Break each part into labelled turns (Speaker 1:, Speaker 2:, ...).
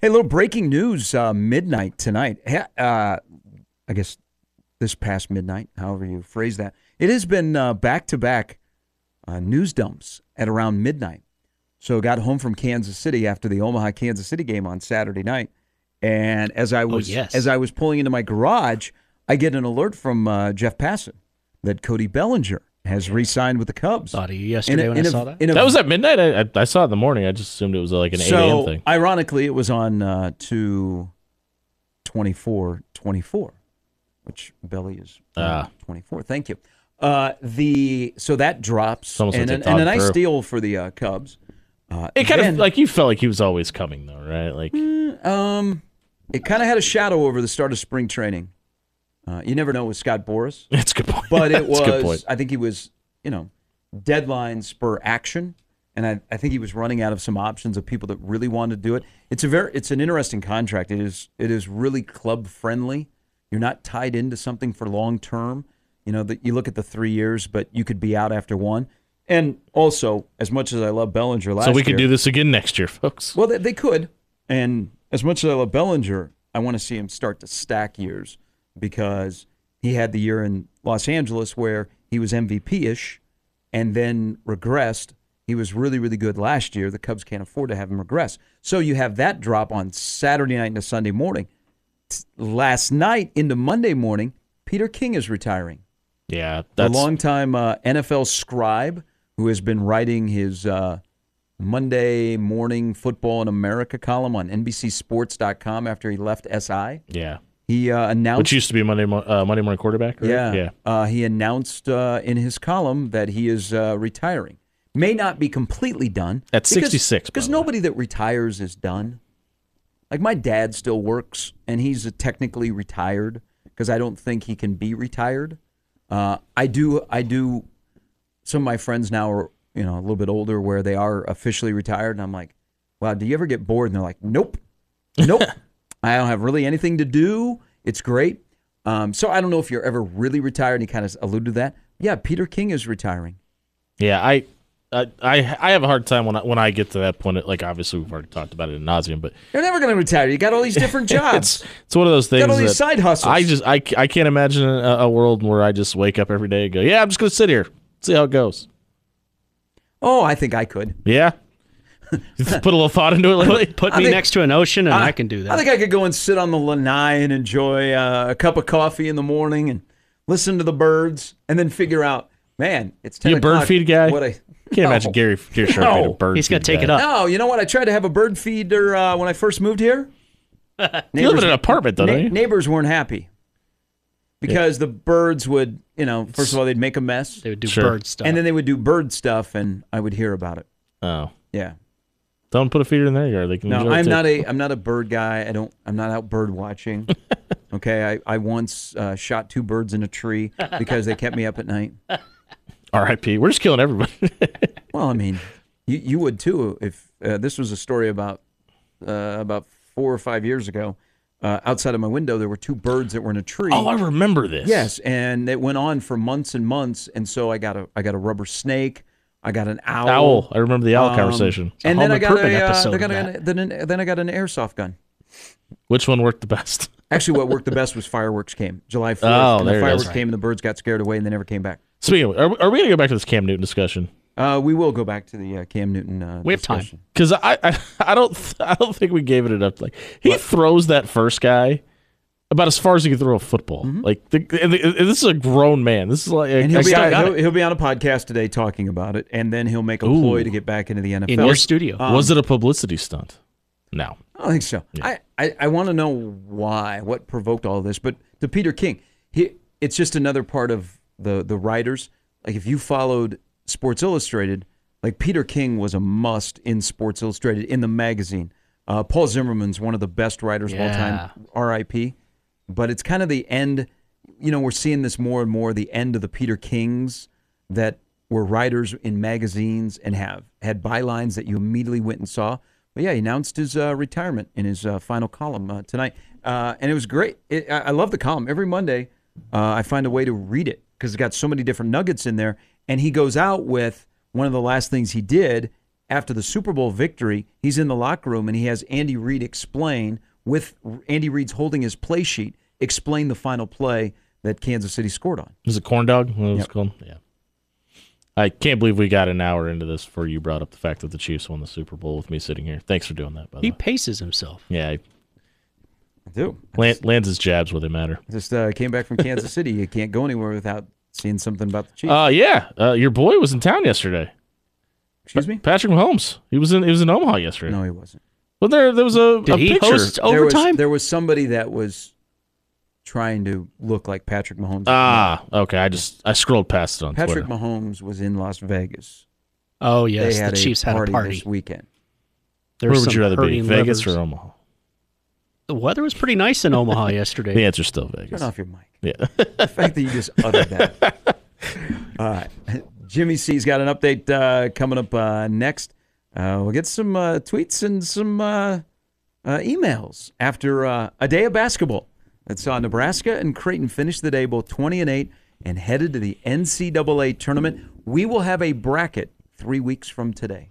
Speaker 1: Hey, little breaking news uh, midnight tonight. Ha- Uh, I guess this past midnight, however you phrase that. It has been uh, back to back uh, news dumps at around midnight. So got home from Kansas City after the Omaha Kansas City game on Saturday night, and as I was
Speaker 2: Oh, yes.
Speaker 1: as I was pulling into my garage, I get an alert from uh, Jeff Passan that Cody Bellinger has re-signed with the Cubs.
Speaker 2: Thought of you yesterday
Speaker 1: In a-
Speaker 2: when I
Speaker 1: in a-
Speaker 2: saw that.
Speaker 1: in a
Speaker 3: That was at midnight. I, I, I saw it in the morning. I just assumed it was uh, like an eight
Speaker 1: so
Speaker 3: a.m. thing.
Speaker 1: ironically it was on uh, 2 24 24 which belly is
Speaker 3: Ah.
Speaker 1: 24 thank you uh, the so that drops
Speaker 3: almost
Speaker 1: and,
Speaker 3: like
Speaker 1: an-
Speaker 3: they
Speaker 1: and a
Speaker 3: thought
Speaker 1: nice
Speaker 3: through.
Speaker 1: deal for the uh, cubs uh,
Speaker 3: It kind
Speaker 1: then,
Speaker 3: of like you felt like he was always coming though, right? Like
Speaker 1: um it kind of had a shadow over the start of spring training uh, you never know with scott boris
Speaker 3: that's a good point.
Speaker 1: but it
Speaker 3: That's a good
Speaker 1: was
Speaker 3: point.
Speaker 1: i think he was you know deadline spur action and I, I think he was running out of some options of people that really wanted to do it it's a very it's an interesting contract it is it is really club friendly you're not tied into something for long term you know that you look at the three years but you could be out after one and also as much as i love bellinger last
Speaker 3: So we could
Speaker 1: year-
Speaker 3: do this again next year, folks.
Speaker 1: well, they, they could. And as much as I love Bellinger, I want to see him start to stack years because he had the year in Los Angeles where he was MVP ish and then regressed. He was really, really good last year. The Cubs can't afford to have him regress. So you have that drop on Saturday night into Sunday morning. T- Last night into Monday morning, Peter King is retiring
Speaker 3: Yeah,
Speaker 1: a
Speaker 3: that's
Speaker 1: longtime uh, NFL scribe who has been writing his uh, Monday morning football in America column on NBCSports.com after he left SI.
Speaker 3: yeah.
Speaker 1: He uh, announced,
Speaker 3: Which used to be Monday mo- uh, Monday morning quarterback. Right?
Speaker 1: yeah,
Speaker 3: yeah.
Speaker 1: Uh, he announced uh, in his column that he is uh, retiring. May not be completely done
Speaker 3: At 66, by
Speaker 1: because
Speaker 3: the way.
Speaker 1: nobody that retires is done. Like my dad still works, and he's technically retired because I don't think he can be retired. Uh, I do. I do. Some of my friends now are you know a little bit older where they are officially retired, and I'm like, wow, do you ever get bored? And they're like, nope, nope. I don't have really anything to do. It's great. Um, so I don't know if you're ever really retired. And he kind of alluded to that. Yeah, Peter King is retiring.
Speaker 3: Yeah, I, I, I I have a hard time when I when I get to that point. It, like obviously we've already talked about it in nauseum, but
Speaker 1: You're never going to retire. You got all these different jobs.
Speaker 3: it's it's one of those things.
Speaker 1: Ah, all these
Speaker 3: that
Speaker 1: side hustles.
Speaker 3: I just I, c- I can't imagine a, a world where I just wake up every day and go, yeah, I'm just gonna sit here, see how it goes.
Speaker 1: oh, I think I could.
Speaker 3: Yeah, Just put a little thought into it lately.
Speaker 2: Put
Speaker 1: I
Speaker 2: me
Speaker 1: think-
Speaker 2: next to an ocean and I, can do that.
Speaker 1: I think I could go and sit on the lanai and enjoy uh, a cup of coffee in the morning and listen to the birds, and then figure out, man, it's ten
Speaker 3: You a bird
Speaker 1: o'clock.
Speaker 3: feed guy?
Speaker 1: What I
Speaker 3: Can't imagine Gary Gary Sharp being
Speaker 1: No.
Speaker 3: a bird.
Speaker 2: He's gonna
Speaker 3: feed
Speaker 2: take
Speaker 3: guy.
Speaker 2: it up.
Speaker 1: No, you know what? I tried to have a bird feeder uh, when I first moved here.
Speaker 3: You live in an apartment though,
Speaker 1: Na-
Speaker 3: don't you?
Speaker 1: neighbors weren't happy because the birds would, you know, first of all they'd make a mess,
Speaker 2: they would do
Speaker 3: Sure.
Speaker 2: bird stuff.
Speaker 1: and then they would do bird stuff, and I would hear about it.
Speaker 3: oh,
Speaker 1: Yeah.
Speaker 3: don't put a feeder in their yard. They can.
Speaker 1: No,
Speaker 3: enjoy it
Speaker 1: I'm
Speaker 3: too.
Speaker 1: not a I'm not a bird guy. I don't I'm not out bird watching. okay, I I once uh, shot two birds in a tree because they kept me up at night.
Speaker 3: R.I.P. We're just killing everybody.
Speaker 1: Well, I mean, you you would too if uh, this was a story about uh, about four or five years ago. Uh, outside of my window, there were two birds that were in a tree.
Speaker 3: oh, I remember this.
Speaker 1: Yes, and it went on for months and months. And so I got a I got a rubber snake. I got an owl.
Speaker 3: Owl. I remember the owl
Speaker 1: um,
Speaker 3: conversation.
Speaker 1: And
Speaker 2: Home
Speaker 1: then I got a,
Speaker 2: Improvement
Speaker 1: uh,
Speaker 2: episode
Speaker 1: I
Speaker 2: of
Speaker 1: got
Speaker 2: that.
Speaker 1: an, then, an- then I got an airsoft gun.
Speaker 3: Which one worked the best?
Speaker 1: Actually, what worked the best was fireworks came July 4th.
Speaker 3: Oh,
Speaker 1: and
Speaker 3: there
Speaker 1: the
Speaker 3: it
Speaker 1: fireworks
Speaker 3: is.
Speaker 1: came and the birds got scared away and they never came back.
Speaker 3: Speaking of, are, we- are we going to go back to this Cam Newton discussion?
Speaker 1: Uh, we will go back to the uh, Cam Newton. Uh,
Speaker 2: We have time.
Speaker 1: discussion.
Speaker 3: Because I, I, I don't, th- I don't think we gave it enough. Like he throws that first guy about as far as he can throw a football. Like the, and the, and this is a grown man. This is like a,
Speaker 1: Mm-hmm. And he'll
Speaker 3: a
Speaker 1: be, "Oh,
Speaker 3: guy-
Speaker 1: on, he'll, he'll be on a podcast today talking about it, and then he'll make a ploy
Speaker 3: Ooh.
Speaker 1: to get back into the NFL.
Speaker 2: in your studio.
Speaker 3: was it a publicity stunt? Um, No.
Speaker 1: I don't think so. I, I, I want to know why, what provoked all this. But to Peter King, he, it's just another part of the, the writers. Like if you followed Sports Illustrated, like Peter King was a must in Sports Illustrated in the magazine. Uh, Paul Zimmerman's one of the best writers of all time, R.I.P. But it's kind of the end. You know, we're seeing this more and more. The end of the Peter Kings that were writers in magazines and have had bylines that you immediately went and saw. But yeah, he announced his uh, retirement in his uh, final column uh, tonight, uh, and it was great. It, I, I love the column every Monday. Uh, I find a way to read it because it's got so many different nuggets in there. And he goes out with one of the last things he did after the Super Bowl victory, he's in the locker room and he has Andy Reid explain with Andy Reid's holding his play sheet, explain the final play that Kansas City scored on.
Speaker 3: Was it corn dog? What was it called? Yeah. I can't believe we got an hour into this before you brought up the fact that the Chiefs won the Super Bowl with me sitting here. Thanks for doing that, by the
Speaker 2: He
Speaker 3: way.
Speaker 2: paces himself.
Speaker 3: Yeah,
Speaker 1: I do.
Speaker 3: Lance, Lance's jabs where they matter.
Speaker 1: Just uh, came back from Kansas City. You can't go anywhere without seeing something about the Chiefs.
Speaker 3: Uh, yeah, uh, your boy was in town yesterday.
Speaker 1: Excuse me?
Speaker 3: Patrick Mahomes. He was in. He was in Omaha yesterday.
Speaker 1: No, he wasn't.
Speaker 3: Well, there there was a,
Speaker 2: Did
Speaker 3: a
Speaker 2: he
Speaker 3: picture.
Speaker 2: host
Speaker 1: There was,
Speaker 2: uh, overtime?
Speaker 1: there was somebody that was trying to look like Patrick Mahomes.
Speaker 3: ah, okay. I just I scrolled past it on
Speaker 1: Patrick
Speaker 3: Twitter.
Speaker 1: Mahomes was in Las Vegas.
Speaker 2: oh yes,
Speaker 1: they had
Speaker 2: the Chiefs
Speaker 1: a
Speaker 2: had a
Speaker 1: party
Speaker 2: party.
Speaker 1: this weekend.
Speaker 2: There
Speaker 3: Where
Speaker 2: was
Speaker 3: would you
Speaker 2: some
Speaker 3: rather be,
Speaker 2: hurting
Speaker 3: Vegas
Speaker 2: livers.
Speaker 3: or Omaha?
Speaker 2: The weather was pretty nice in Omaha
Speaker 3: The
Speaker 2: yesterday.
Speaker 3: answer's still Vegas.
Speaker 1: Turn off your mic.
Speaker 3: Yeah.
Speaker 1: the fact that you just uttered that. All right. Jimmy C's got an update uh, coming up uh, next. Uh, we'll get some uh, tweets and some uh, uh, emails after uh, a day of basketball that saw Nebraska and Creighton finish the day both 20 and 8 and headed to the NCAA tournament. We will have a bracket three weeks from today.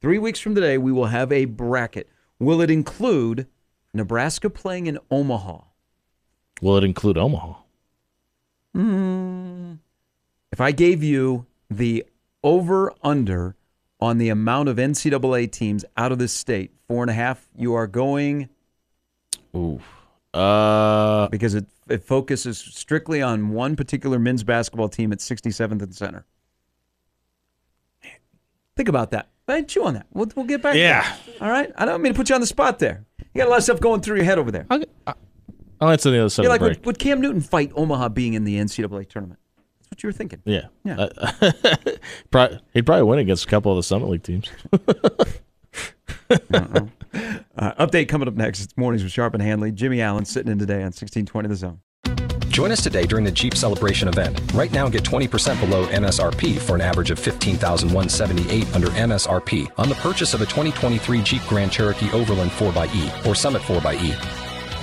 Speaker 1: Three weeks from today, we will have a bracket. Will it include Nebraska playing in Omaha?
Speaker 3: Will it include Omaha?
Speaker 1: If I gave you the over under on the amount of NCAA teams out of this state, four and a half, you are going
Speaker 3: Ooh. Uh,
Speaker 1: because it, it focuses strictly on one particular men's basketball team at 67th and center. Think about that. Hey, chew on that. We'll, we'll get back. to
Speaker 3: Yeah.
Speaker 1: that. All right. I don't mean to put you on the spot there. You got a lot of stuff going through your head over there.
Speaker 3: I'll, I'll answer the other side
Speaker 1: You're
Speaker 3: of
Speaker 1: like,
Speaker 3: the break.
Speaker 1: would, would Cam Newton fight Omaha being in the NCAA tournament? That's what you were thinking.
Speaker 3: yeah.
Speaker 1: Yeah.
Speaker 3: Uh, prob- he'd probably win against a couple of the Summit League teams.
Speaker 1: Uh, update coming up next. It's Mornings with Sharp and Hanley. Jimmy Allen sitting in today on 1620 The Zone.
Speaker 4: Join us today during the Jeep Celebration event. Right now, get 20% below MSRP for an average of 15178 under MSRP on the purchase of a 2023 Jeep Grand Cherokee Overland 4xE or Summit 4xE.